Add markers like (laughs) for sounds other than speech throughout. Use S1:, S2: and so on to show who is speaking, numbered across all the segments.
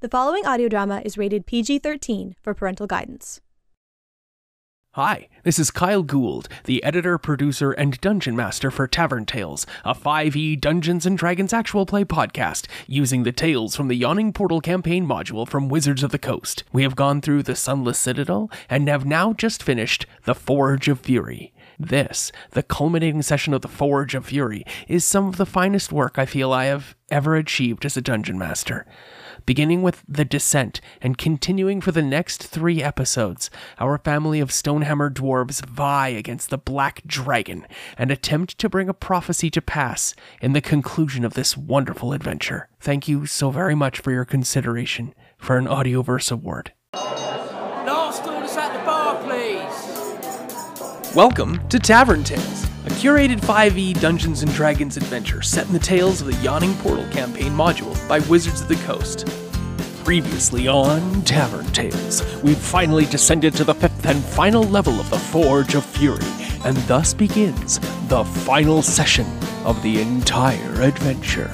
S1: The following audio drama is rated PG 13 for parental guidance.
S2: Hi, this is Kyle Gould, the editor, producer, and dungeon master for Tavern Tales, a 5e Dungeons and Dragons actual play podcast using the tales from the Yawning Portal campaign module from Wizards of the Coast. We have gone through the Sunless Citadel and have now just finished The Forge of Fury. This, the culminating session of The Forge of Fury, is some of the finest work I feel I have ever achieved as a dungeon master. Beginning with The Descent and continuing for the next three episodes, our family of Stonehammer dwarves vie against the Black Dragon and attempt to bring a prophecy to pass in the conclusion of this wonderful adventure. Thank you so very much for your consideration for an Audioverse Award.
S3: Last orders at the bar, please.
S2: Welcome to Tavern Tales, a curated 5e Dungeons and Dragons adventure set in the tales of the Yawning Portal campaign module by Wizards of the Coast. Previously on Tavern Tales, we've finally descended to the fifth and final level of the Forge of Fury, and thus begins the final session of the entire adventure.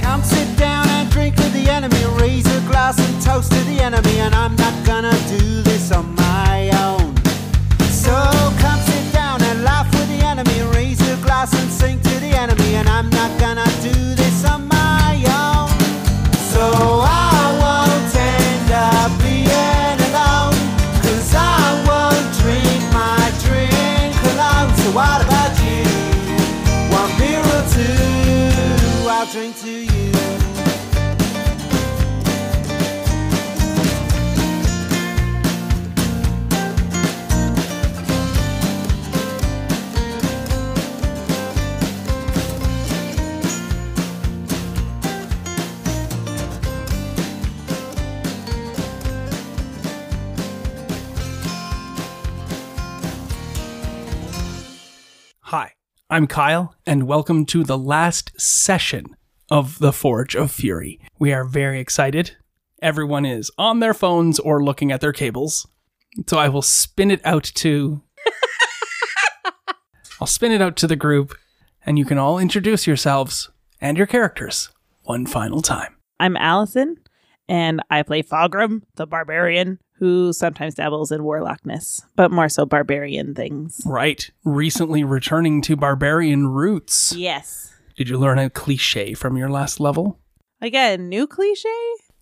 S4: Come sit down and drink with the enemy. Raise a glass and toast to the enemy. And I'm not gonna do this on my own. So come sit down and laugh with the enemy. Raise a glass and sing to the enemy. And I'm not gonna do this on my own. So I won't end up being alone. Cause I won't drink my drink alone. So what about you? One beer or two, I'll drink to you.
S2: Hi, I'm Kyle, and welcome to the last session of The Forge of Fury. We are very excited. Everyone is on their phones or looking at their cables. So I will spin it out to. (laughs) I'll spin it out to the group, and you can all introduce yourselves and your characters one final time.
S5: I'm Allison, and I play Fulgrim, the barbarian, who sometimes dabbles in warlockness, but more so barbarian things.
S2: Right. Recently returning to barbarian roots.
S5: Yes.
S2: Did you learn a cliche from your last level?
S5: Like a new cliche?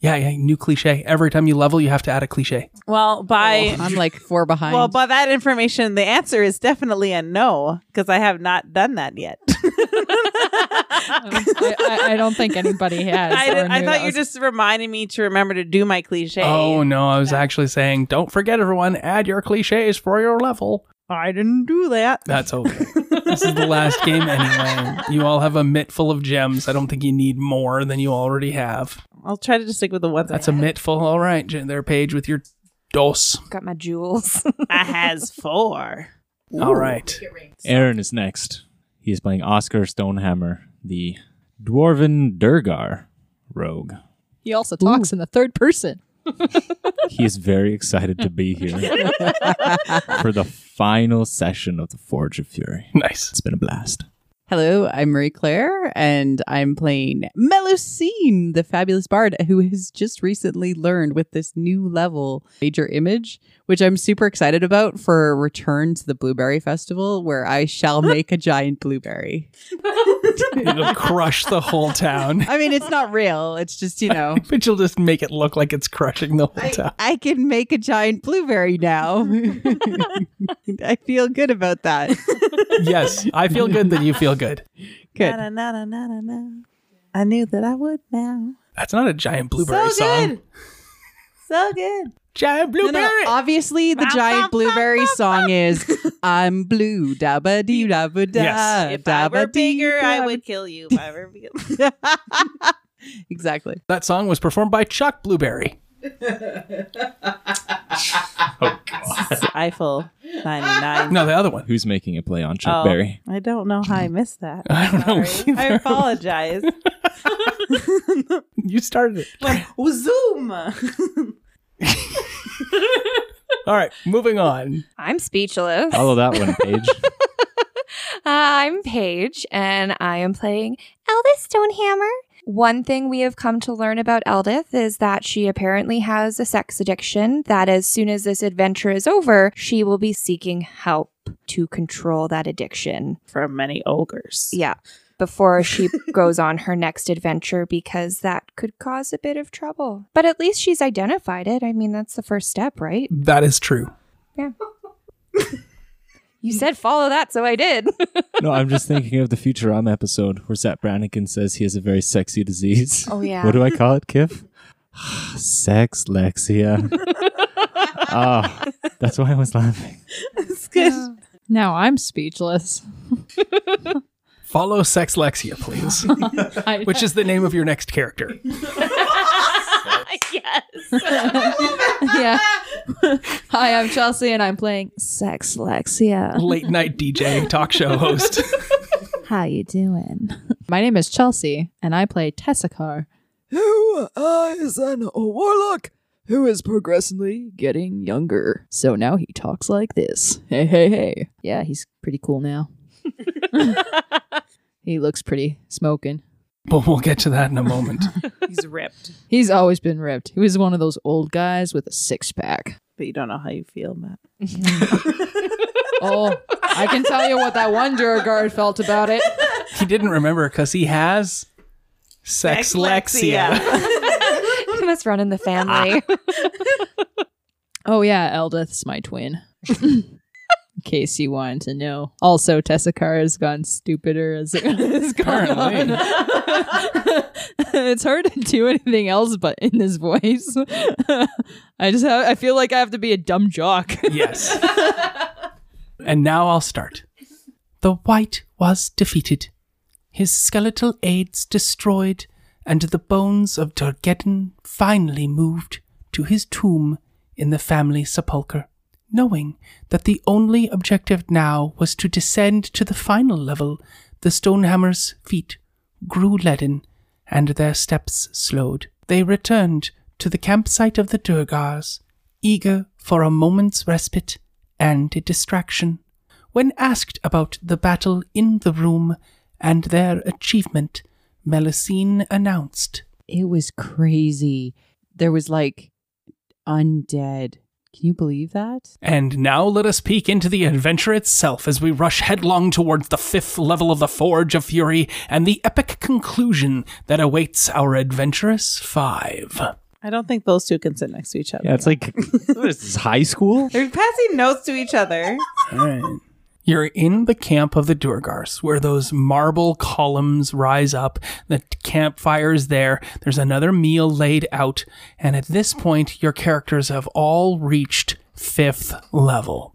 S2: Yeah, yeah, new cliche. Every time you level, you have to add a cliche.
S5: Well, by
S6: I'm like four behind.
S5: well, by that information, the answer is definitely a no, because I have not done that yet. (laughs)
S6: I, I, I don't think
S5: (laughs)
S6: anybody has.
S5: I,
S6: or
S5: did- I
S6: knew
S5: thought
S6: that
S5: you were
S6: was-
S5: just reminding me to remember to do my cliche.
S2: Oh no, I was actually saying, don't forget everyone, add your cliches for your level.
S5: I didn't do that.
S2: That's okay. this is the last game anyway. You all have a mitt full of gems. I don't think you need more than you already have.
S5: I'll try to just stick with the (laughs) ones
S2: That's
S5: I
S2: a mitt full. All right, Jen- there, Paige, with your dos.
S7: Got my jewels.
S5: I has four.
S2: All right.
S8: Aaron is next. He is playing Oscar Stonehammer, the Dwarven Durgar rogue.
S6: he also talks in the third person.
S8: He is very excited to be
S7: (laughs)
S8: here for the final session of the Forge of Fury.
S2: Nice.
S8: It's been a blast.
S9: Hello, I'm Marie Claire, and I'm playing Melusine, the fabulous bard who has just recently learned with this new level major image, which I'm super excited about for a return to the Blueberry Festival, where
S5: (laughs)
S9: I shall make a giant blueberry.
S2: It'll crush the whole
S9: (laughs)
S2: town.
S9: I mean, it's not real; it's just you know,
S2: But you'll just make it look like it's crushing the whole town.
S9: I can make a giant blueberry now. (laughs) I feel good about that.
S5: (laughs)
S2: Yes, I feel good that you feel good.
S9: Good.
S5: Na, na, na, na, na, na. I knew that I would now.
S2: That's not a giant blueberry
S5: so
S2: song.
S5: good. So good.
S2: Giant
S9: No, uh,
S2: blueberry.
S9: no, obviously the
S5: Bum, bum,
S9: giant blueberry
S5: bum, bum,
S9: song is I'm blue dabba dee dabba da
S2: Yes.
S5: If I were
S9: dabba dee,
S5: bigger, I
S9: dabba-
S5: would kill you. If I were bigger.
S9: Exactly.
S2: That song was performed by Chuck Blueberry.
S5: Eiffel (laughs) 99.
S2: No, the other one.
S8: Who's making a play on Chuck
S5: Oh,
S8: Berry?
S5: I don't know how I missed that.
S2: (laughs) I don't know
S5: Sorry. I
S2: either. (laughs)
S5: apologize.
S2: You started it.
S5: Like,
S2: (laughs)
S5: Zoom.
S2: All right, moving on.
S7: I'm speechless. (laughs)
S8: Follow that one, Paige.
S7: I'm Paige, and I am playing Elvis Stonehammer, One thing we have come to learn about Eldith is that she apparently has a sex addiction, that as soon as this adventure is over, she will be seeking help to control that addiction.
S5: from many ogres.
S7: Yeah. Before she goes on her next adventure, because that could cause a bit of trouble. But at least she's identified it. I mean, that's the first step, right?
S2: That is true.
S7: You said follow that, so I did. (laughs)
S8: No, I'm just thinking of the Futurama episode where Zap Brannigan says he has a very sexy disease.
S7: Oh, yeah.
S8: What do I call it, Kif? (sighs) Sex
S7: (laughs)
S8: Lexia. Ah, that's why I was laughing.
S9: Now I'm speechless.
S2: Follow Sexlexia, please,
S9: I-
S2: which is the name of your next character.
S9: yeah. Hi, I'm Chelsea, and I'm playing Sexlexia.
S2: Late night DJ, talk show host.
S9: How you doing? My name is Chelsea, and I play Tessicar. Who uh, is an warlock who is progressively getting younger. So now he talks like this. Hey, hey, hey. Yeah, he's pretty
S5: (laughs)
S9: cool now. he looks pretty smoking.
S2: but we'll get to that in a moment.
S5: He's ripped,
S9: He's always been ripped. He was one of those old guys with a six pack.
S5: but you don't know how you feel, Matt.
S9: Oh, I can tell you what that one Duragard felt about it.
S2: He didn't remember because he has Sexlexia.
S7: it must run in the family.
S9: Oh yeah, Eldith's my twin. In case you want to know. Also, Tessicar has gone stupider as it has gone
S2: Apparently.
S9: on. it's hard to do anything else but in this voice. I just have, I feel like I have to be a dumb jock.
S2: Yes. and now I'll start. The white was defeated, his skeletal aids destroyed, and the bones of Turgeddon finally moved to his tomb in the family sepulchre, knowing that the only objective now was to descend to the final level. The Stonehammer's feet grew leaden, and their steps slowed. They returned to the campsite of the Durgars, eager for a moment's respite and a distraction. When asked about the battle in the room and their achievement, Melusine announced,
S10: It was crazy. There was like undead. Can you believe that?
S2: And now let us peek into the adventure itself as we rush headlong towards the fifth level of the Forge of Fury and the epic conclusion that awaits our adventurous five.
S5: (laughs) I don't think those two can sit next to each other.
S8: Yeah, it's like what is this high school?
S5: They're passing notes to each other.
S2: You're in the camp of the Durgars, where those marble columns rise up. The campfire's there. There's another meal laid out. And at this point, your characters have all reached fifth level.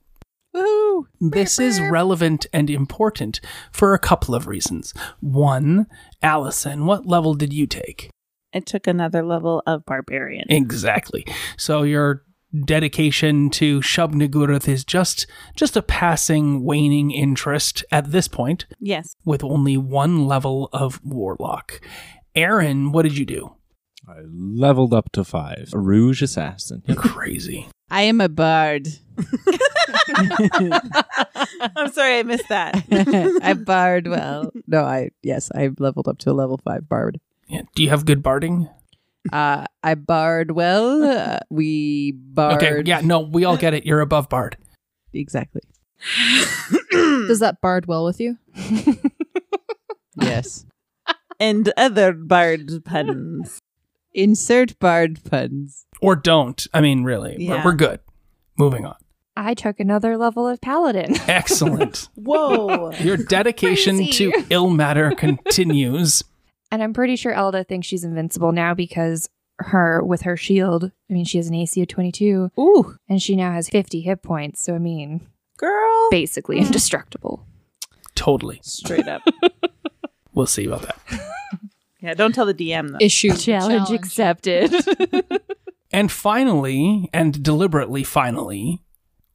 S10: Woohoo!
S2: This is relevant and important for a couple of reasons. One, Allison, what level did you take?
S5: It took another level of barbarian.
S2: Exactly. So your dedication to Shubnagurath is just just a passing waning interest at this point. (laughs)
S5: yes. (laughs)
S2: with only one level of warlock. Aaron, what did you do?
S8: (laughs) I leveled up to five. A Rouge assassin.
S2: Uh, Crazy.
S10: I am a bard.
S5: I'm sorry I missed that.
S10: (laughs)
S2: (laughs)
S10: I bard well. No, I yes, I leveled up to a level five bard.
S2: Yeah. Do you have good barding?
S10: Uh, I bard well. Uh, we bard
S2: Okay. Yeah. No, we all get it. You're above bard.
S10: (coughs) exactly.
S9: Does that bard well with you?
S10: (laughs) Yes.
S5: and other bard puns.
S10: Insert bard puns.
S2: Or don't. I mean, really. We're-
S5: Yeah.
S2: We're good. Moving on.
S7: (laughs) I took another level of paladin.
S2: Excellent.
S5: Whoa.
S2: Your dedication
S7: Crazy.
S2: to ill matter continues.
S7: And I'm pretty sure Elda thinks she's invincible now because her with her shield, I mean she has an AC of 22
S5: Ooh,
S7: and she now has 50 hit points. So I mean,
S5: girl.
S7: basically indestructible.
S2: Totally.
S5: Straight up.
S2: We'll see about that.
S5: Yeah, don't tell the DM though.
S9: Issue
S10: (laughs)
S7: accepted.
S2: And finally, and deliberately finally,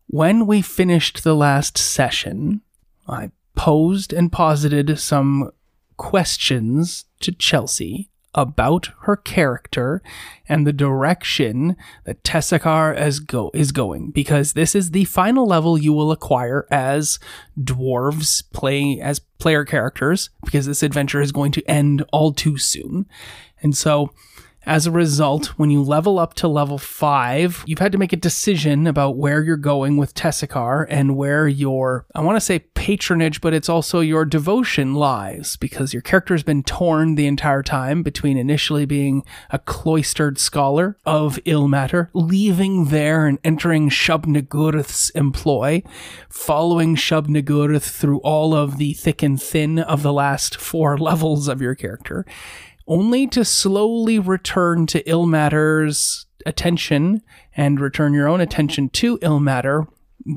S2: when we finished the last session, I posed and posited some questions to Chelsea about her character and the direction that Tessakar is go is going because this is the final level you will acquire as dwarves playing as player characters because this adventure is going to end all too soon. And so as a result, when you level up to level five, you've had to make a decision about where you're going with Tessakar and where your, I want to say patronage, but it's also your devotion lies because your character has been torn the entire time between initially being a cloistered scholar of ill matter, leaving there and entering Shubnagurth's employ, following Shubnagurth through all of the thick and thin of the last four (laughs) levels of your character only to slowly return to ill matter's attention and return your own attention to ill matter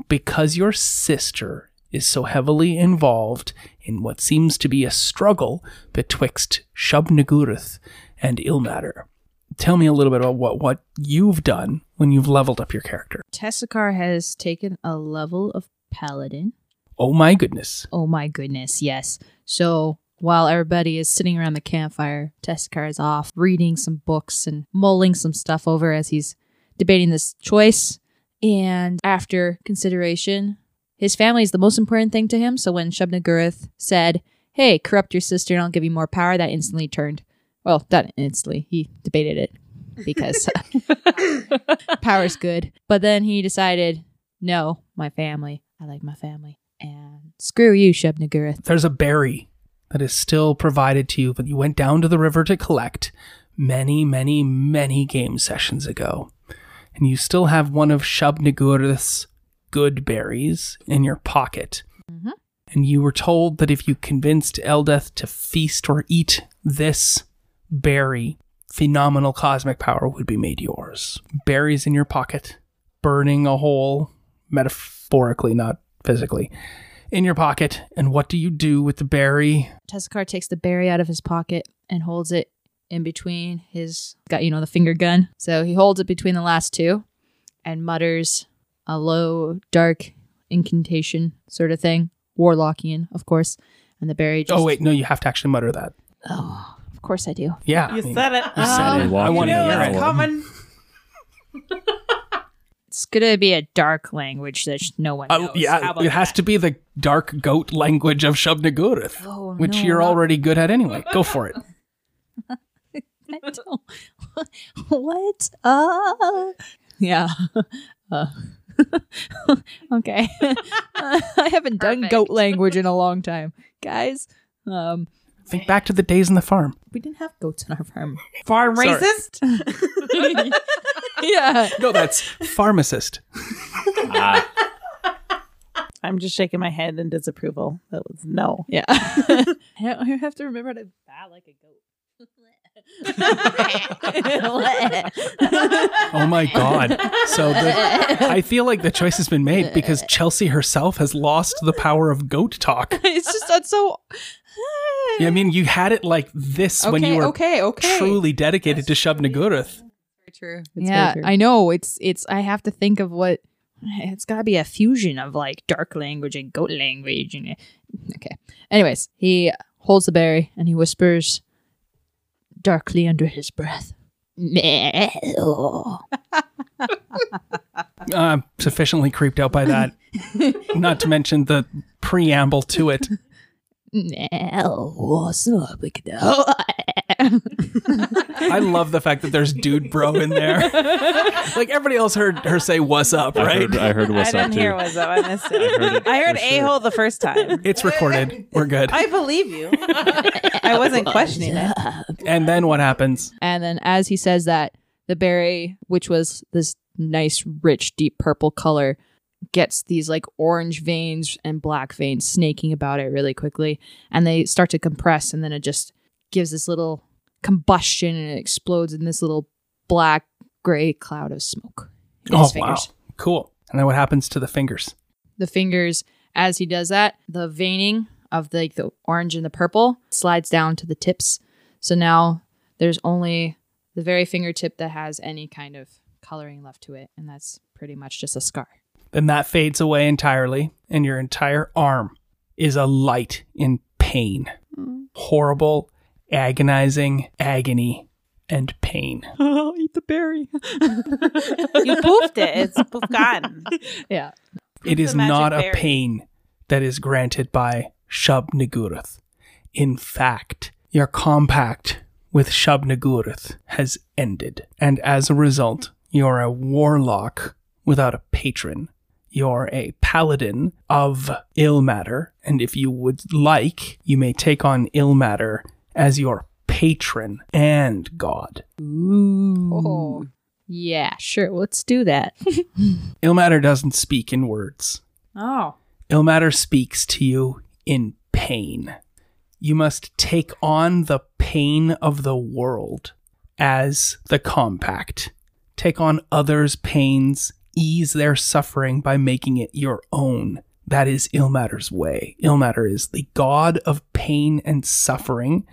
S2: because your sister is so heavily involved in what seems to be a struggle betwixt Shubnagurath and ill matter. Tell me a little bit about what, what you've done when you've leveled up your character.
S9: Tessakar has taken a level of paladin.
S2: Oh my goodness.
S9: Oh my goodness, yes. So while everybody is sitting around the campfire, Teskar is off reading some books and mulling some stuff over as he's debating this choice. And after consideration, his family is the most important thing to him. So when Shubnagurath said, Hey, corrupt your sister and I'll give you more power, that instantly turned. Well, that instantly. He debated it because (laughs) power's good. But then he decided, No, my family. I like my family. And screw you, Shubnagurath.
S2: There's a berry that is still provided to you, but you went down to the river to collect many, many, many game sessions ago. And you still have one of Shubnagurth's good berries in your pocket.
S9: Mhm.
S2: And you were told that if you convinced Eldeth to feast or eat this berry, phenomenal cosmic power would be made yours. Berries in your pocket, burning a hole, metaphorically, not physically, in your pocket. And what do you do with the berry?
S9: Teskar takes the berry out of his pocket and holds it in between his got you know the finger gun. So he holds it between the last two and mutters a low dark incantation sort of thing, warlockian, of course. And the berry just
S2: Oh wait, no, you have to actually mutter that.
S9: Oh, of course I do.
S2: Yeah.
S5: You said it.
S2: You said
S5: Oh,
S2: it. I wanted
S5: knew
S2: to
S5: it
S2: hear
S5: was
S2: it.
S5: coming.
S9: It's gonna be a dark language that sh- no one
S2: Uh,
S9: knows. How
S2: yeah,
S9: about
S2: it has to be the dark goat language of Shubnagurath,
S9: Oh,
S2: which
S9: no,
S2: you're
S9: not-
S2: already good at anyway. Go for it.
S9: that? I don't- (laughs) what? Uh, yeah. (laughs) Uh, okay. (laughs) I haven't done goat language in a long time, guys. Um,
S2: Think back to the days in the farm.
S9: we didn't have goats on our (laughs) farm.
S5: Farm
S2: Sorry.
S5: racist?
S9: (laughs) yeah.
S2: No, that's pharmacist.
S8: Ah,
S5: I'm just shaking my head in disapproval. That was no.
S9: Yeah. I don't I have to remember how to bow like a (laughs) goat.
S2: Oh my god. So the, I feel like the choice has been made because Chelsea herself has lost the power of goat talk.
S9: it's just that's so
S2: Yeah, I mean, you had it like this when you
S11: Okay,
S2: were
S11: okay, okay.
S2: truly dedicated to Shubnagurath.
S11: True.
S9: yeah, I know. It's it's I have to think of what (sighs) it's got to be a fusion of like dark language and goat language and okay. Anyways, he holds the berry and he whispers darkly under his breath. (laughs) Metal.
S2: I'm uh, sufficiently creeped out by that. Not to mention the preamble to it.
S9: Metal. What's up with (laughs) that?
S2: I love the fact that there's dude bro in there. like everybody else heard her say what's up,
S8: I
S2: right?
S8: heard, I heard
S5: I
S8: what's up
S5: didn't
S8: too.
S5: hear what's up. I missed
S8: I heard
S5: it.
S8: it
S5: I heard
S8: for
S5: a
S8: sure.
S5: hole the first time.
S2: It's recorded. We're good.
S5: I believe you. I wasn't questioning it.
S2: and then what happens?
S9: And then as he says that, the berry, which was this nice, rich, deep purple color, gets these like orange veins and black veins snaking about it really quickly. And they start to compress, and then it just gives this little combustion and it explodes in this little black gray cloud of smoke. in his
S2: Oh wow.
S9: fingers.
S2: Cool. And then what happens to the fingers?
S9: The fingers, as he does that, the veining of the, the orange and the purple slides down to the tips. So now there's only the very fingertip that has any kind of coloring left to it, and that's pretty much just a scar.
S2: Then that fades away entirely, and your entire arm is alight in pain. Horrible, agonizing agony and pain.
S5: I'll eat the berry. you poofed it. It's poof gone.
S9: Yeah.
S2: It is
S5: the magic
S2: not a
S5: berry.
S2: pain that is granted by Shub Nagurath. In fact, your compact with Shub Nagurath has ended, and as a result, you're a warlock without a patron. You're a paladin of ill matter, and if you would like, you may take on ill matter as your patron and god.
S9: Oh. Yeah, sure. Let's do that. (laughs)
S2: Ill matter doesn't speak in words.
S9: oh.
S2: Ilmater speaks to you in pain. You must take on the pain of the world as the compact. Take on others' pains, ease their suffering by making it your own. That is Ilmater's way. Ilmater is the god of pain and suffering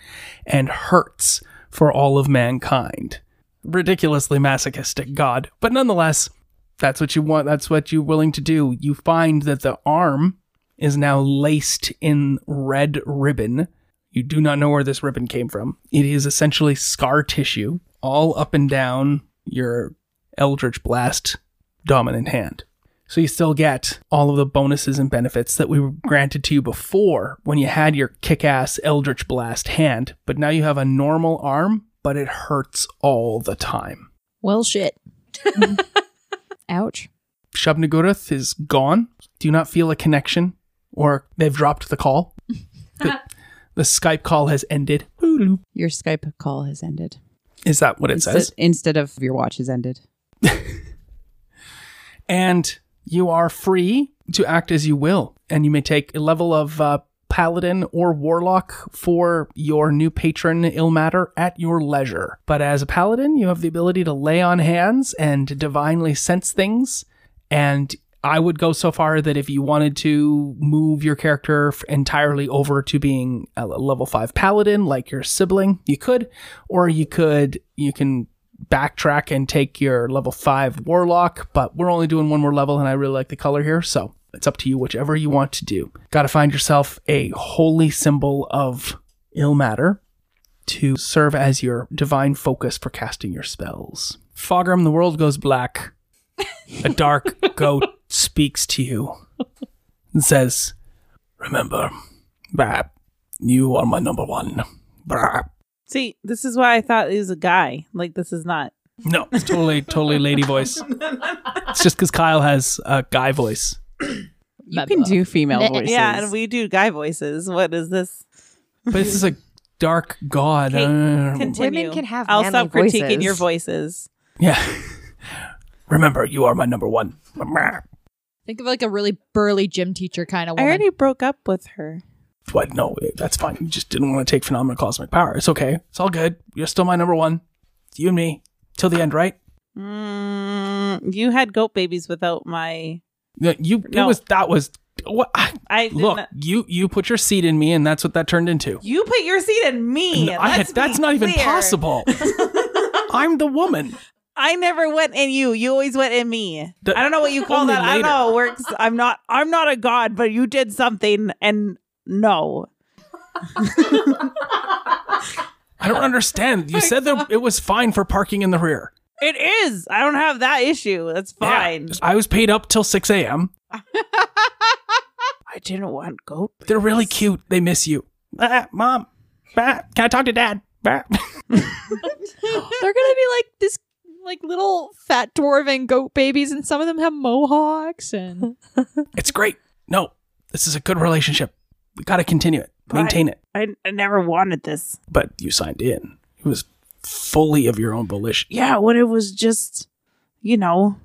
S2: and hurts for all of mankind. Ridiculously masochistic god, but nonetheless, that's what you want that's what you're willing to do you find that the arm is now laced in red ribbon you do not know where this ribbon came from it is essentially scar tissue all up and down your eldritch blast dominant hand so you still get all of the bonuses and benefits that we were granted to you before when you had your kick-ass eldritch blast hand but now you have a normal arm but it hurts all the time
S9: Well, shit. Ouch.
S2: Shubnagurath is gone. Do not feel a connection, or they've dropped the (laughs) call. the, the Skype call has ended.
S11: Your Skype call has ended.
S2: Is that what it
S11: Instead-
S2: says?
S11: Instead of your watch has ended.
S2: And you are free to act as you will, and you may take a level of uh, paladin or warlock for your new patron Ilmater at your leisure. But as a paladin, you have the ability to lay on hands and divinely sense things. And I would go so far that if you wanted to move your character f- entirely over to being a l- level five paladin, like your sibling, you could, or you could, you can backtrack and take your level five warlock. But we're only doing one more level, and I really like the color here, so it's up to you, whichever you want to do. Got to find yourself a holy symbol of ill matter to serve as your divine focus for casting your spells. Fogram, the world goes black. A dark goat speaks to you and says, Remember, Brap, you are my number one. Brap.
S5: See, this is why I thought he was a guy. Like, this is not.
S2: No, it's totally, totally lady voice. It's just because Kyle has a guy voice.
S11: You can do female voices.
S5: Yeah, and we do guy voices. What is this?
S2: But this is a dark god. uh,
S5: Kate,
S2: I don't know.
S5: continue.
S7: Women can have
S5: I'll
S7: manly
S5: stop critiquing
S7: voices.
S5: your voices.
S2: Yeah. Remember, you are my number one.
S9: Think of like a really burly gym teacher kind of
S5: I
S9: woman.
S5: already broke up with her.
S2: What? No, that's fine. You just didn't want to take phenomenal cosmic power. It's okay. It's all good. You're still my number one. It's you and me till the end, right?
S5: Mm, you had goat babies without my.
S2: Yeah, You. It
S5: No.
S2: was. That was. What? I,
S5: I did
S2: look.
S5: not-
S2: You. You put your seed in me, and that's what that turned into.
S5: You put your seed in me.
S2: No, I-
S5: Let's be
S2: that's not even (laughs)
S5: clear.
S2: possible. I'm the woman.
S5: I never went in you. You always went in me. I don't know what you call
S2: only
S5: that. I don't
S2: later.
S5: know how it works. I'm not. I'm not a god, but you did something, and no.
S2: I don't understand. You said that it was fine for parking in the rear.
S5: It is. I don't have that issue. That's
S2: Yeah.
S5: fine.
S2: I was paid up till 6 a.m.
S5: I didn't want goat.
S2: They're really cute. They miss you. Ah, Mom, ah, can I talk to Dad? (laughs) Ah.
S9: They're gonna be like this, like little fat dwarf and goat babies, and some of them have mohawks. And (laughs)
S2: It's great. No, this is a good relationship. We got to continue it, maintain it.
S5: I, I never wanted this.
S2: But you signed in. It was fully of your own volition.
S5: Yeah, when it was just, you know,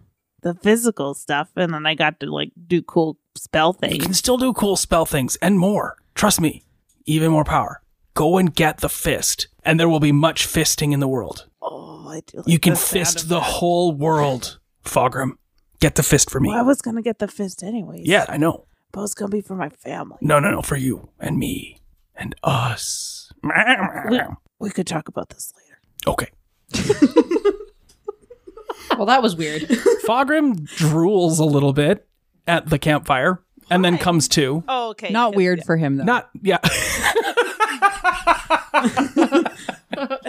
S5: the physical stuff, and then I got to like do cool spell
S2: You
S5: things.
S2: can still do cool spell things and more. Trust me, even more power. Go and get the fist, and there will be much fisting in the world.
S5: Oh, I do. Like
S2: you can
S5: the sound
S2: fist
S5: of
S2: the
S5: that.
S2: whole world, Fogram. Get the fist for me.
S5: Well, I was gonna get the fist anyways.
S2: yeah, I know.
S5: but it's gonna be for my family.
S2: No, no, no, for you and me and
S5: (laughs)
S2: us.
S5: We, we could talk about this later.
S2: Okay.
S9: well, that was (laughs) weird.
S2: Fogrim drools a little bit at the campfire and then comes to.
S5: Oh,
S2: (laughs)
S5: okay.
S11: Not weird for him though.
S2: Not, yeah.
S5: and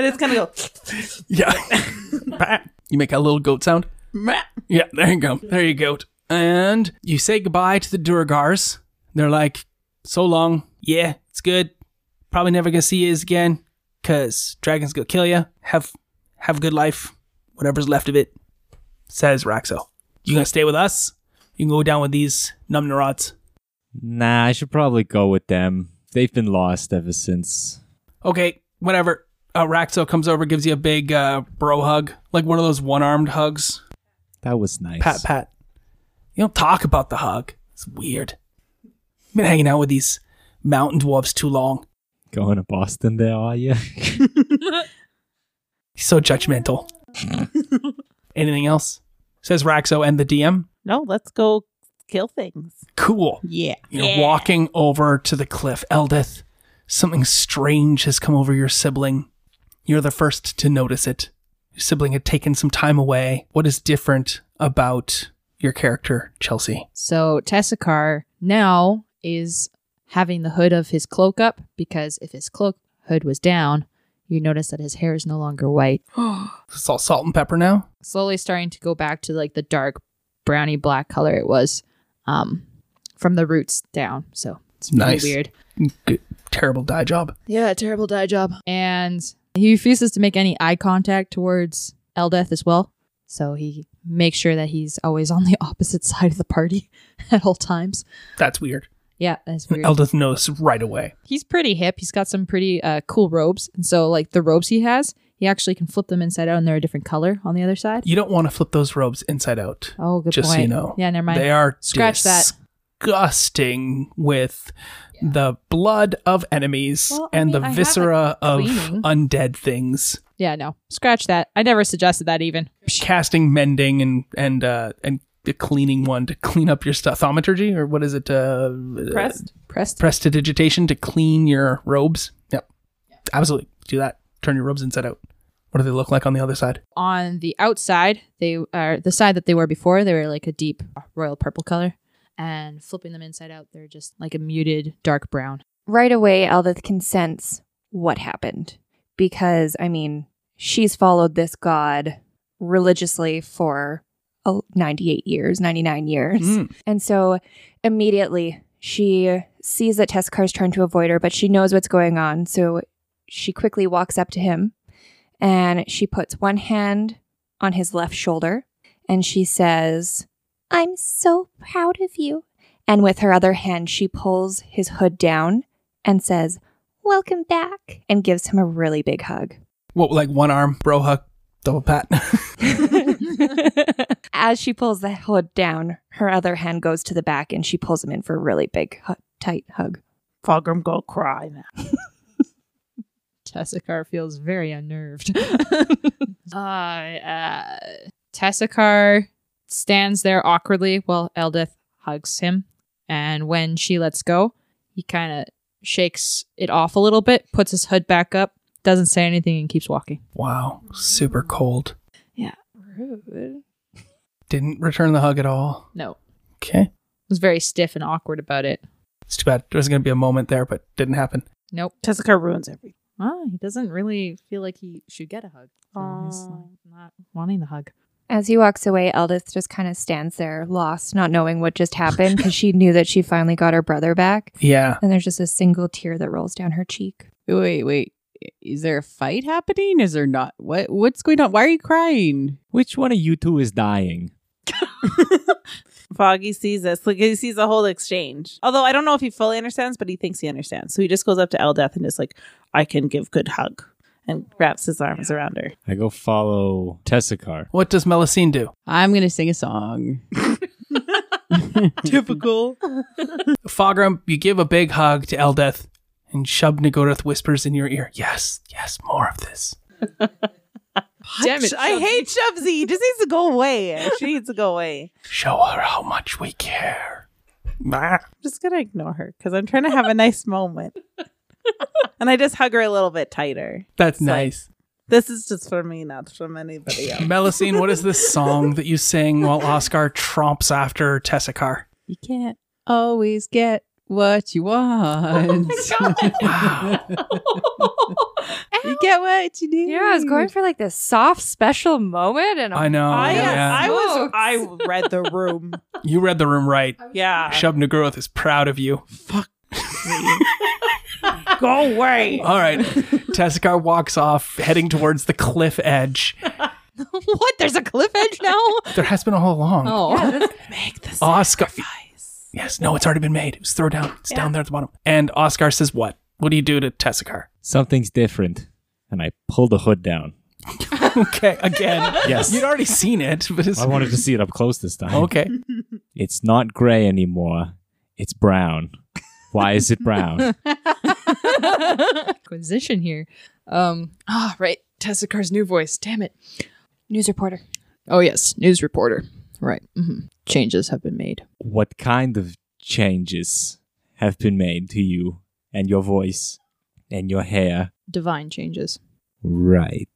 S5: it's gonna go.
S2: (laughs) Yeah. Bah. you make a little goat sound. Yeah, there you go. There you go. And you say goodbye to the Durgars. They're like, so long. Yeah, it's good. Probably never gonna see you again, cause dragons gonna kill you. Have have a good life, whatever's left of it. Says Raxo. You gonna stay with us? You can go down with these numnarods.
S8: Nah, I should probably go with them. They've been lost ever since.
S2: Okay, whatever. Uh, Raxo comes over, gives you a big uh, bro hug, like one of those one armed hugs.
S8: That was nice.
S2: Pat, Pat. You don't talk about the hug. It's weird. Been hanging out with these mountain dwarves too long.
S8: Going to Boston there, are you?
S2: He's so judgmental. Anything else? Says Raxo and the DM.
S5: No, let's go kill things.
S2: Cool.
S5: Yeah.
S2: You're walking over to the cliff. Eldith, something strange has come over your sibling. You're the first to notice it. Your sibling had taken some time away. What is different about your character, Chelsea?
S9: So Tessakar now is having the hood of his cloak up because if his cloak hood was down, you notice that his hair is no longer white.
S2: It's all salt and pepper now?
S9: Slowly starting to go back to like the dark browny black color it was um, from the roots down. So it's really
S2: nice.
S9: weird.
S2: Good. Terrible dye job.
S9: Yeah, terrible dye job. And he refuses to make any eye contact towards Eldeth as well. So he makes sure that he's always on the (laughs) opposite side of the party (laughs) at all times.
S2: That's weird.
S9: Yeah, that's weird.
S2: Eldith noticed right away.
S9: He's pretty hip. He's got some pretty uh, cool robes. And so, like, the robes he has, he actually can flip them inside out and they're a different color on the other side.
S2: You don't want to flip those robes inside out.
S9: Oh, good
S2: Just so you
S9: point.
S2: know.
S9: Yeah, never mind.
S2: They are
S9: Scratch that.
S2: disgusting with the blood of enemies
S9: Well, I
S2: and
S9: mean, I
S2: the
S9: have it
S2: viscera of
S9: cleaning.
S2: undead things.
S9: Yeah, no. Scratch that. I never suggested that even.
S2: Casting, mending, and and uh, and the cleaning one to clean up your stuff. Thaumaturgy or what is it? Uh,
S9: Pressed? Pressed.
S2: prestidigitation to clean your robes. Yep, absolutely. Do that. Turn your robes inside out. What do they look like on the other side?
S9: on the outside, they are the side that they were before, they were like a deep royal purple color. And flipping them inside out, they're just like a muted dark brown. (laughs)
S7: Right away, Eldith can sense what happened because, I mean, she's followed this god religiously for uh, 98 years, 99 years.
S2: Hmm.
S12: Mm.
S7: And so immediately she sees that Tescar's trying to avoid her, but she knows what's going on. So she quickly walks up to him and she puts one hand on his left shoulder and she says, I'm so proud of you. And with her other hand, she pulls his hood down and says, Welcome back, and gives him a really big hug.
S2: What like one arm, bro hug, double pat. (laughs)
S7: As she pulls the hood down, her other hand goes to the back and she pulls him in for a really big, hu- tight hug.
S5: Fulgrim go cry now.
S9: Tessakar feels very unnerved. uh, uh, Tessakar stands there awkwardly while Eldith hugs him. And when she lets go, he kind of shakes it off a little bit, puts his hood back up, doesn't say anything, and keeps walking.
S2: wow, super cold.
S9: Yeah.
S2: Didn't return the hug at all.
S9: No.
S2: Okay.
S9: Was very stiff and awkward about it.
S2: It's too bad. There was going to be a moment there, but didn't happen.
S9: Nope.
S5: Tessica ruins everything.
S9: Ah, he doesn't really feel like he should get a hug. So he's like not wanting the hug.
S7: As he walks away, Eldith just kind of stands there, lost, not knowing what just happened because she knew that she finally got her brother back.
S2: Yeah.
S7: And there's just a single tear that rolls down her cheek.
S11: Wait, wait. Is there a fight happening? Is there not? What What's going on? Why are you crying?
S8: (laughs) Which one of you two is dying?
S5: Foggy sees this. Like he sees the whole exchange. Although I don't know if he fully understands, but he thinks he understands. So he just goes up to Eldeth and is like, "I can give good hug," and wraps his arms around her.
S8: I go follow Tessakar.
S2: What does Melusine do?
S11: I'm going to sing a song.
S2: Typical. Fogram, you give a big hug to Eldeth, and Shub Nagorath whispers in your ear, Yes, yes, more of this.
S5: Damn it! I hate Shubsy. He just needs to go (laughs) away. She needs to go away.
S2: Show her how much we care. Ah, Bah.
S5: I'm just gonna ignore her because I'm trying to have a nice moment. and I just hug her a little bit tighter.
S2: That's nice.
S5: This is just for me, not from
S2: (laughs)
S5: anybody else.
S2: Melusine, what is this song that you sing while Oscar tromps after Tessakar?
S11: You can't always (laughs) get what you want.
S2: Wow.
S11: You get what you need.
S7: Yeah, I was going for like this soft special moment, and
S2: I know,
S7: I,
S2: Oh, yeah.
S5: I was.
S7: Smokes.
S5: I read the room.
S2: You read the room right.
S5: Yeah.
S2: Shub Nagroth is proud of you.
S5: Go away.
S2: All right. Teskar walks off, heading towards the cliff edge.
S6: what? There's a cliff edge now?
S9: (laughs)
S2: There has been all along.
S6: Oh.
S2: Oscar. Yes, no, it's already been made. It was throw down. It's down there at the bottom. And Oscar says, What? What do you do to Teskar?
S8: Something's different. And I pull the hood down.
S2: okay, again.
S8: Yes.
S2: You'd already seen it, but it's.
S8: I wanted to see it up close this time.
S2: Okay.
S8: It's not gray anymore. It's brown. Why is it brown?
S6: (laughs) Acquisition here. Um, ah, right. Tessicar's new voice. Damn it.
S7: news reporter.
S6: Oh, yes. News reporter. Right. hmm Changes have been made.
S8: what kind of changes have been made to you and your voice and your hair?
S6: Divine changes.
S8: Right.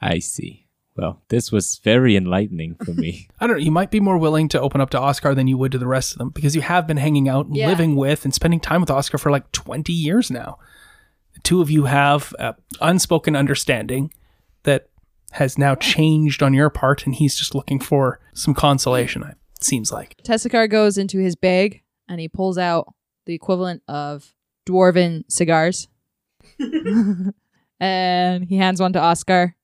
S8: I see. Well, this was very enlightening for me.
S2: I don't know. You might be more willing to open up to Oscar than you would to the rest of them because you have been hanging out, and
S6: Yeah.
S2: living with, and spending time with Oscar for like 20 years now. The two of you have a unspoken understanding that has now changed on your part, and he's just looking for some consolation, it seems like.
S6: Tessicar goes into his bag and he pulls out the equivalent of dwarven cigars. and he hands one to Oscar.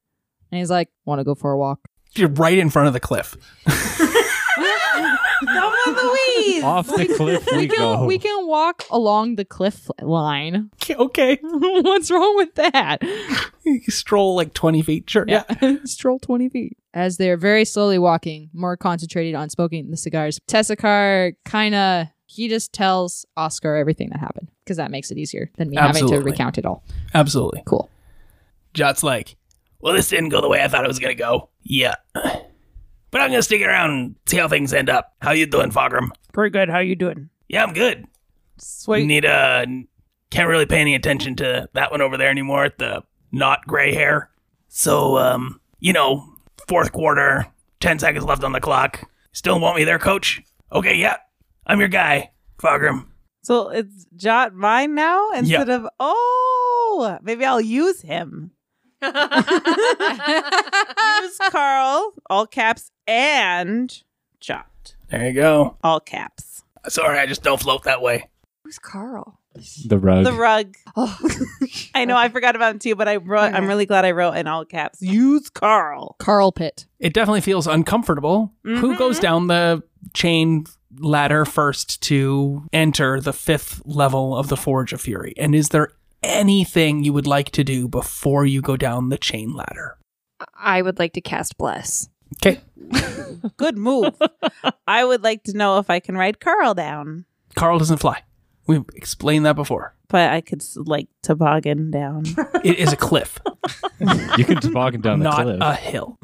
S6: And he's like, Want to go for a walk?
S2: You're right in front of the cliff. (laughs)
S5: Come on, Louise.
S8: Off the cliff we go.
S6: We can walk along the cliff line.
S2: Okay.
S6: (laughs) What's wrong with that?
S2: You stroll like 20 feet. Sure. Yeah.
S11: (laughs)
S6: Stroll 20 feet. As they're very slowly walking, more concentrated on smoking the cigars, Tessicar kind of, he just tells Oscar everything that happened because that makes it easier than me having to
S2: Absolutely.
S6: recount it all.
S2: Absolutely.
S6: Cool.
S2: Jot's like, well, this didn't go the way I thought it was going to go. Yeah. (sighs) But I'm going to stick around and see how things end up. How you doing, Fogram?
S5: Pretty good. How you doing?
S2: Yeah, I'm good.
S5: Sweet.
S2: Need uh can't really pay any attention to that one over there anymore, the not gray hair. So, um, you know, fourth quarter, ten seconds left on the clock. Still want me there, coach? Okay, yeah. I'm your guy, Fogram.
S5: So it's Jot mine now instead of oh maybe I'll use him. use Carl, all caps, and Jot,
S2: There you go.
S5: all caps.
S2: Sorry, I just don't float that way.
S7: Who's Carl?
S8: (laughs) The rug.
S5: The rug.
S7: Oh,
S5: I know I forgot about him too, but I wrote. I'm really glad I wrote in all caps. Use Carl.
S6: Carl Pitt.
S2: It definitely feels uncomfortable. Who goes down the chain ladder first to enter the fifth level of the Forge of Fury? And is there anything you would like to do before you go down the chain ladder?
S7: I would like to cast bless.
S2: Okay.
S5: Good move. (laughs) I would like to know if I can ride Carl down,
S2: Carl doesn't fly. We've explained that before.
S5: but I could s- like toboggan (laughs) down.
S2: It is a
S8: (laughs)
S2: cliff,
S8: you can toboggan down the
S2: not
S8: cliff.
S2: a hill.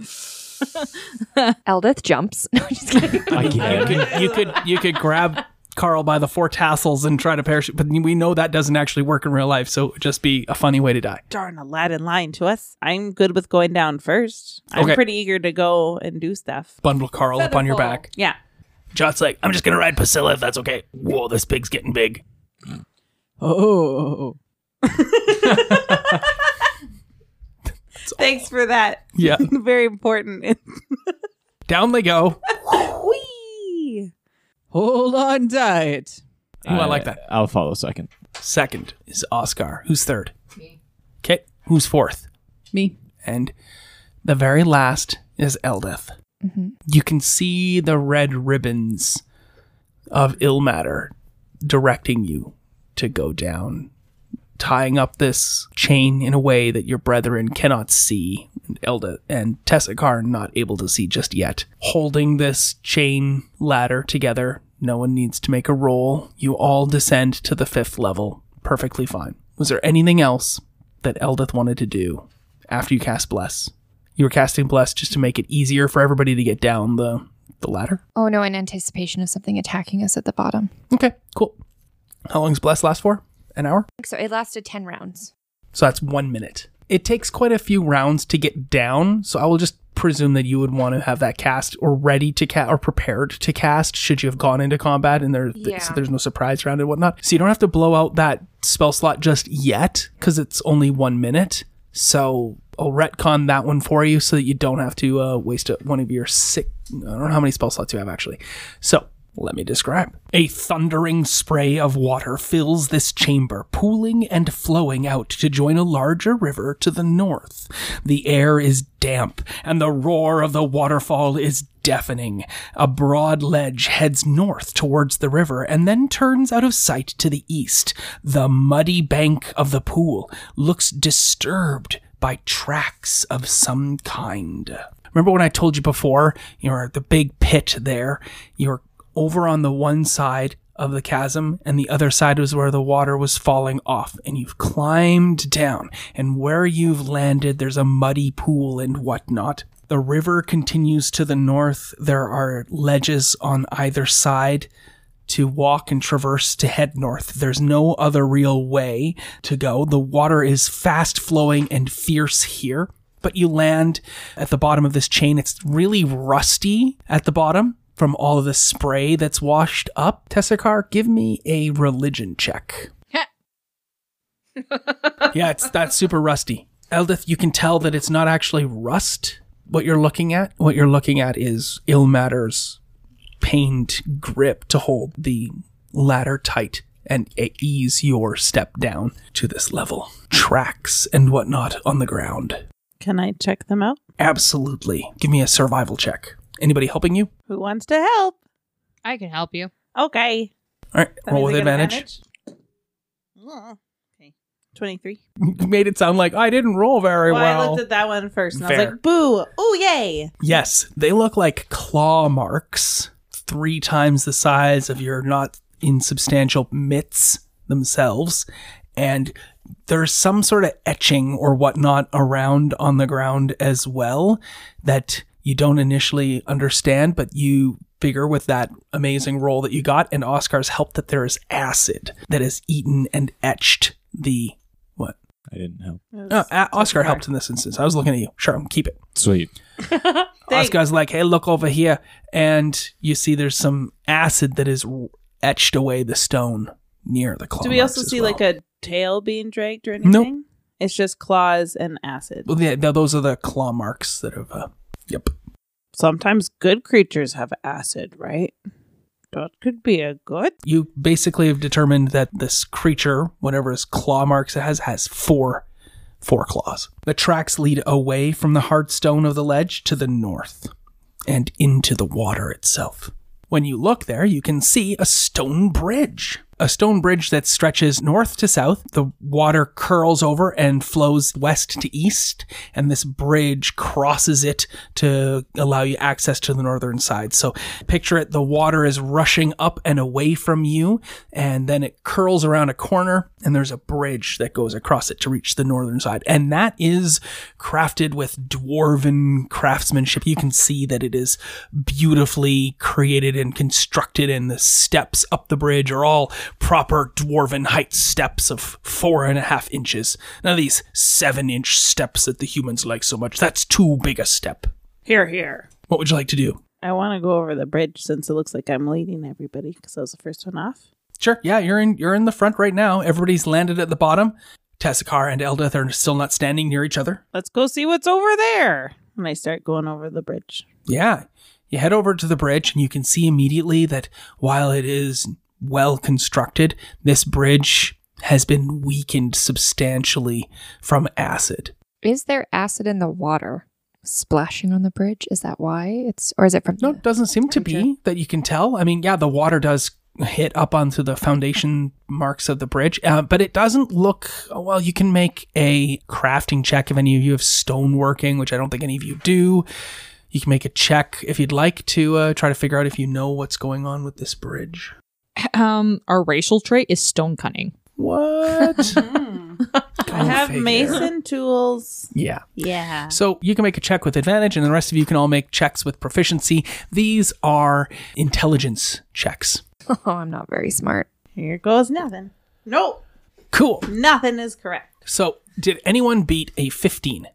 S7: Eldith jumps. (laughs) No, I'm just kidding.
S8: (laughs) I
S2: You
S8: can.
S2: could, you could you could grab Carl by the four tassels and try to parachute, but we know that doesn't actually work in real life, so it would just be a funny way to die.
S5: Darn Aladdin lying to us. I'm good with going down first. I'm
S2: Okay.
S5: pretty eager to go and do stuff.
S2: Bundle Carl up on your
S7: Featherfall.
S2: back.
S5: Yeah.
S2: Jot's like, I'm just gonna ride Priscilla if that's okay. Whoa, this pig's getting big.
S11: Oh.
S5: Thanks for that.
S2: (laughs) Yeah.
S5: (laughs) Very important.
S2: Down they go.
S5: (laughs) Whee!
S11: Hold on tight.
S2: Ooh, oh, I like that.
S8: I'll follow second.
S2: Second is Oscar. Who's third? Okay. Who's fourth?
S11: Me.
S2: And the very last is Eldeth. You can see the red ribbons of ill matter directing you to go down, tying up this chain in a way that your brethren cannot see. And Elda and Tessakar are not able to see just yet. Holding this chain ladder together, no one needs to make a roll. You all descend to the fifth level perfectly fine. Was there anything else that Eldeth wanted to do after you cast Bless? You were casting Bless just to make it easier for everybody to get down the, the ladder?
S7: Oh no, in anticipation of something attacking us at the bottom.
S2: Okay, cool. How long's Bless last for? An hour?
S7: So it lasted 10 rounds.
S2: So that's one minute. It takes quite a few rounds to get down, so I will just presume that you would want to have that cast or ready to cast or prepared to cast should you have gone into combat and there th-
S7: Yeah.
S2: so there's no surprise round and whatnot. So you don't have to blow out that spell slot just yet because it's only one minute. So I'll retcon that one for you so that you don't have to uh, waste a- one of your six. I don't know how many spell slots you have actually. So let me describe. A thundering spray of water fills this chamber, pooling and flowing out to join a larger river to the north. The air is damp, and the roar of the waterfall is deafening. A broad ledge heads north towards the river and then turns out of sight to the east. The muddy bank of the pool looks disturbed by tracks of some kind. Remember when I told you before, you're at the big pit there, you're over on the one side of the chasm, and the other side was where the water was falling off, and you've climbed down, and where you've landed, there's a muddy pool and whatnot. The river continues to the north, there are ledges on either side to walk and traverse to head north. There's no other real way to go. The water is fast flowing and fierce here, but you land at the bottom of this chain. It's really rusty at the bottom from all of the spray that's washed up. Tessakar, give me a religion check. yeah, it's that's super rusty. Eldith, you can tell that it's not actually rust what you're looking at. What you're looking at is ill matters pained grip to hold the ladder tight and e- ease your step down to this level. Tracks and whatnot on the ground.
S5: Can I check them out?
S2: Absolutely. Give me a survival check. Anybody helping you?
S5: Who wants to help?
S9: I can help you.
S5: Okay.
S2: All right,
S5: That
S2: roll
S5: means
S2: with
S5: I get
S2: advantage.
S5: advantage? Okay. 23.
S2: You (laughs) made it sound like I didn't roll very
S5: well,
S2: well.
S5: I looked at that one first and I
S2: Fair.
S5: was like, boo. Oh, yay.
S2: Yes, they look like claw marks, three times the size of your not insubstantial mitts themselves. And there's some sort of etching or whatnot around on the ground as well that you don't initially understand, but you figure with that amazing roll that you got and Oscar's help that there is acid that has eaten and etched the what?
S8: I didn't help.
S2: Oh, A- Oscar helped in this instance. I was looking at you. Sure, keep it.
S8: Sweet.
S2: Oscar's like, hey, look over here. And you see there's some acid that has etched away the stone near the claw.
S5: Do we also see like a tail being dragged or anything?
S2: Nope.
S5: It's just claws and acid.
S2: Well, yeah, th- those are the claw marks that have. Uh, yep.
S5: Sometimes good creatures have acid, right? That could be a good.
S2: You basically have determined that this creature, whatever his claw marks it has, has four, four claws. The tracks lead away from the hard stone of the ledge to the north, and into the water itself. When you look there, you can see a stone bridge. A stone bridge that stretches north to south. The water curls over and flows west to east, and this bridge crosses it to allow you access to the northern side. So picture it the water is rushing up and away from you, and then it curls around a corner, and there's a bridge that goes across it to reach the northern side. And that is crafted with dwarven craftsmanship. You can see that it is beautifully created and constructed, and the steps up the bridge are all proper dwarven height steps of four and a half inches. None of these seven inch steps that the humans like so much. That's too big a step.
S5: Here, here.
S2: What would you like to do?
S5: I want to go over the bridge since it looks like I'm leading everybody because I was the first one off.
S2: Sure. Yeah, you're in you're in the front right now. Everybody's landed at the bottom. Tessakar and Eldith are still not standing near each other.
S5: Let's go see what's over there. And I start going over the bridge.
S2: Yeah. You head over to the bridge and you can see immediately that while it is well constructed, this bridge has been weakened substantially from acid.
S7: Is there acid in the water splashing on the bridge? Is that why it's or is it from
S2: No, it doesn't seem to be that you can tell. I mean, yeah, the water does hit up onto the foundation marks of the bridge, uh, but it doesn't look. Well, you can make a crafting check if any of you have stoneworking, which I don't think any of you do. You can make a check if you'd like to uh, try to figure out if you know what's going on with this bridge.
S9: Um, our racial trait is stone cunning.
S5: (laughs)
S2: What?
S5: I Hmm. have
S2: figure.
S5: (laughs) mason tools.
S2: Yeah.
S5: Yeah.
S2: So you can make a check with advantage, and the rest of you can all make checks with proficiency. These are intelligence checks.
S7: (laughs) Oh, I'm not very smart.
S5: Here goes nothing. Nope.
S2: Cool.
S5: Nothing is correct.
S2: So, did anyone beat a 15?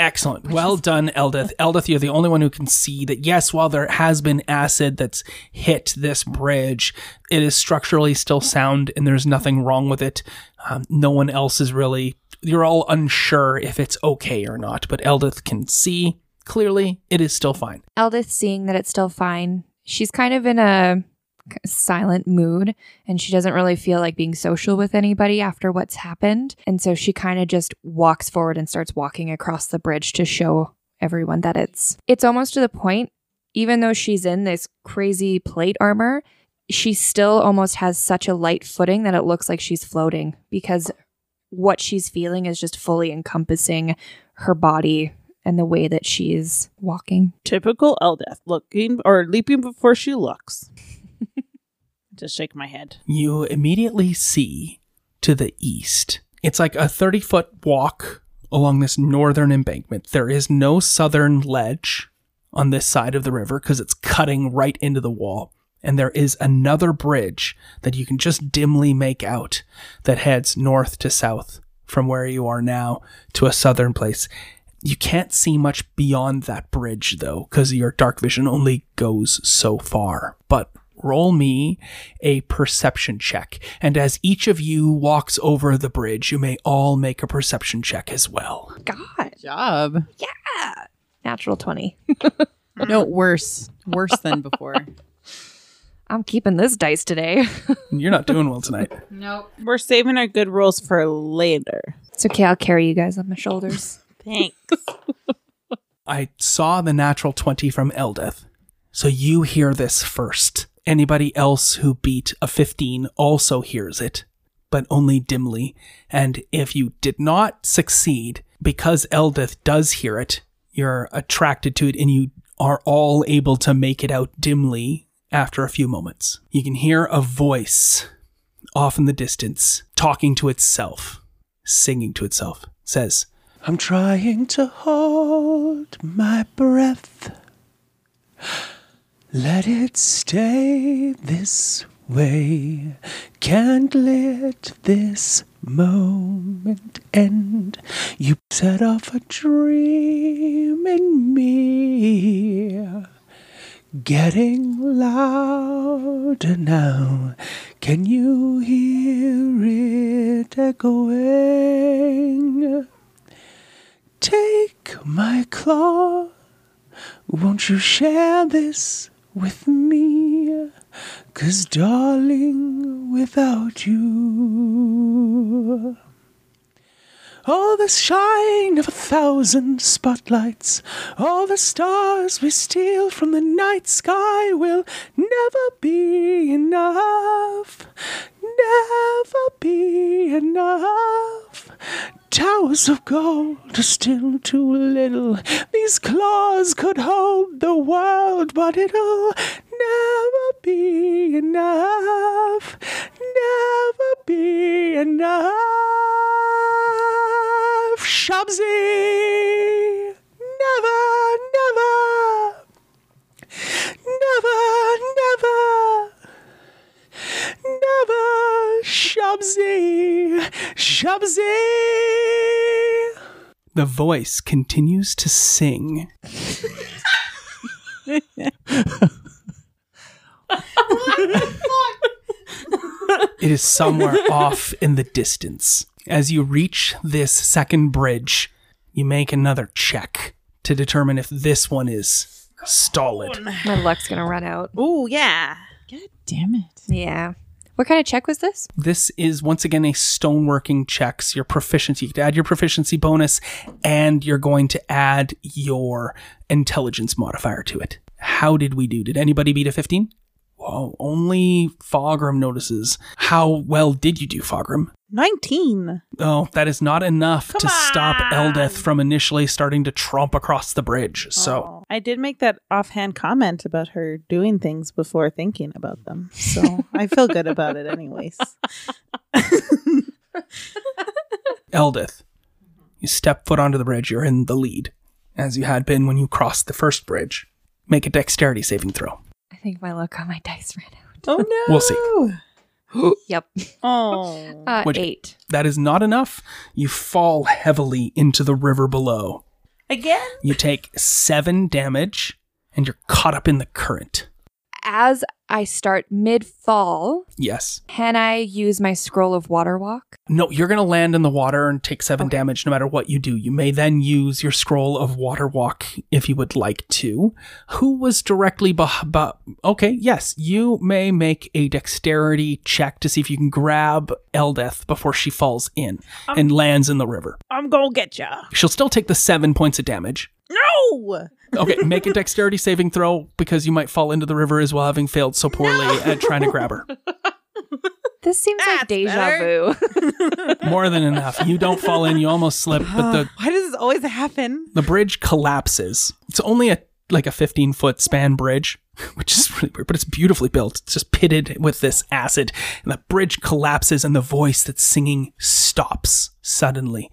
S2: Excellent. Well done, Eldeth. Eldeth, you're the only one who can see that, yes, while there has been acid that's hit this bridge, it is structurally still sound and there's nothing wrong with it. Um, no one else is really, you're all unsure if it's okay or not, but Eldeth can see clearly it is still fine.
S7: Eldith, seeing that it's still fine, she's kind of in a k- silent mood and she doesn't really feel like being social with anybody after what's happened. And so she kind of just walks forward and starts walking across the bridge to show everyone that it's it's almost to the point even though she's in this crazy plate armor, she still almost has such a light footing that it looks like she's floating because what she's feeling is just fully encompassing her body and the way that she's walking.
S5: Typical Eldeth, looking or leaping before she looks. (laughs) Just shake my head.
S2: You immediately see to the east. It's like a 30 foot walk along this northern embankment. There is no southern ledge on this side of the river because it's cutting right into the wall. And there is another bridge that you can just dimly make out that heads north to south from where you are now to a southern place. You can't see much beyond that bridge though, because your dark vision only goes so far. But roll me a perception check. And as each of you walks over the bridge, you may all make a perception check as well.
S7: God.
S11: Job.
S7: Yeah. Natural 20.
S5: Mm-hmm.
S11: no, worse. Worse than before.
S7: I'm keeping this dice today. (laughs)
S2: You're not doing well (laughs) tonight.
S5: Nope. (laughs) We're saving our good rolls for later.
S7: It's okay. I'll carry you guys on my shoulders.
S5: Thanks.
S2: I saw the natural 20 from Eldeth. So you hear this first. Anybody else who beat a 15 also hears it, but only dimly. And if you did not succeed, because Eldeth does hear it, you're attracted to it and you are all able to make it out dimly after a few moments. You can hear a voice off in the distance talking to itself, singing to itself. Says, I'm trying to hold my breath.
S12: Let it stay this way. Can't let this moment end. You set off a dream in me. Getting louder now. Can you hear it echoing? Take my claw. Won't you share this with me? Cause, darling, without you, all the shine of a thousand spotlights, all the stars we steal from the night sky will never be enough. Never be enough. Towers of gold are still too little. These claws could hold the world, but it'll never be enough. Never be enough. Shabzi! Never, never, never, never. Never, Shabzi, Shabzi.
S2: The voice continues to sing. It is somewhere off in the distance. As you reach this second bridge, you make another check to determine if this one is stolid.
S7: my luck's going to run out.
S5: Ooh, yeah.
S7: God
S11: damn it.
S7: Yeah. What kind of check was this?
S2: This is once again a stoneworking checks your proficiency. You could add your proficiency bonus, and you're going to add your intelligence modifier to it. How did we do? Did anybody beat a 15? Well, only Fogram notices. How well did you do, Fogram?
S5: 19.
S2: Oh, that is not enough to stop Eldeth from initially starting to tromp across the bridge. So
S5: I did make that offhand comment about her doing things before thinking about them. (laughs) So I feel good about it, anyways.
S2: Eldith, you step foot onto the bridge. You're in the lead, as you had been when you crossed the first bridge. Make a dexterity saving throw.
S7: I think my luck on my dice ran out.
S5: Oh, no.
S2: We'll see.
S7: Yep.
S5: Oh.
S7: Uh,
S2: What'd you-
S7: eight.
S2: That is not enough. You fall heavily into the river below.
S5: Again?
S2: You take seven damage and you're caught up in the current.
S7: As I start mid fall,
S2: Yes.
S7: can I use my scroll of water walk?
S2: No, you're going to land in the water and take seven damage no matter what you do. You may then use your scroll of water walk if you would like to. Who was directly behind? okay, yes, you may make a dexterity check to see if you can grab Eldeth before she falls in
S5: Um,
S2: and lands in the river.
S5: I'm gonna get ya.
S2: She'll still take the seven points of damage.
S5: No!
S2: Okay, make a dexterity saving throw because you might fall into the river as well, having failed so poorly at trying to grab her.
S7: This seems like deja vu. (laughs)
S2: More than enough. You don't fall in. You almost slip, but the
S11: Why does this always happen?
S2: the bridge collapses. It's only a like a 15 foot span bridge, which is really weird, but it's beautifully built. It's just pitted with this acid, and the bridge collapses, and the voice that's singing stops suddenly.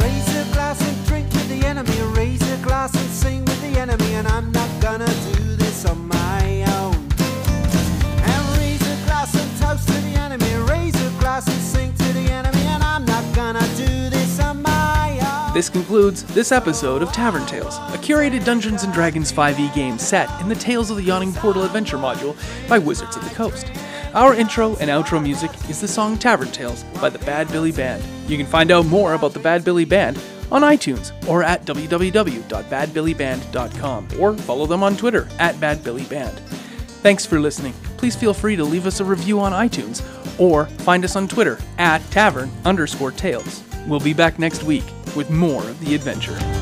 S4: Raise a glass and drink with the enemy. Raise a glass and sing with the enemy. And I'm not gonna do this on my own. And raise a glass and toast to the enemy. Raise a glass and sing to the enemy. And I'm not gonna do this on my own.
S13: This concludes this episode of Tavern Tales, a curated Dungeons and Dragons 5e game set in the Tales of the Yawning Portal adventure module by Wizards of the Coast. Our intro and outro music is the song Tavern Tales by the Bad Billy Band. You can find out more about the Bad Billy Band on iTunes or at www.badbillyband.com or follow them on Twitter at badbillyband. Thanks for listening. Please feel free to leave us a review on iTunes or find us on Twitter at tavern underscore tales. We'll be back next week with more of the adventure.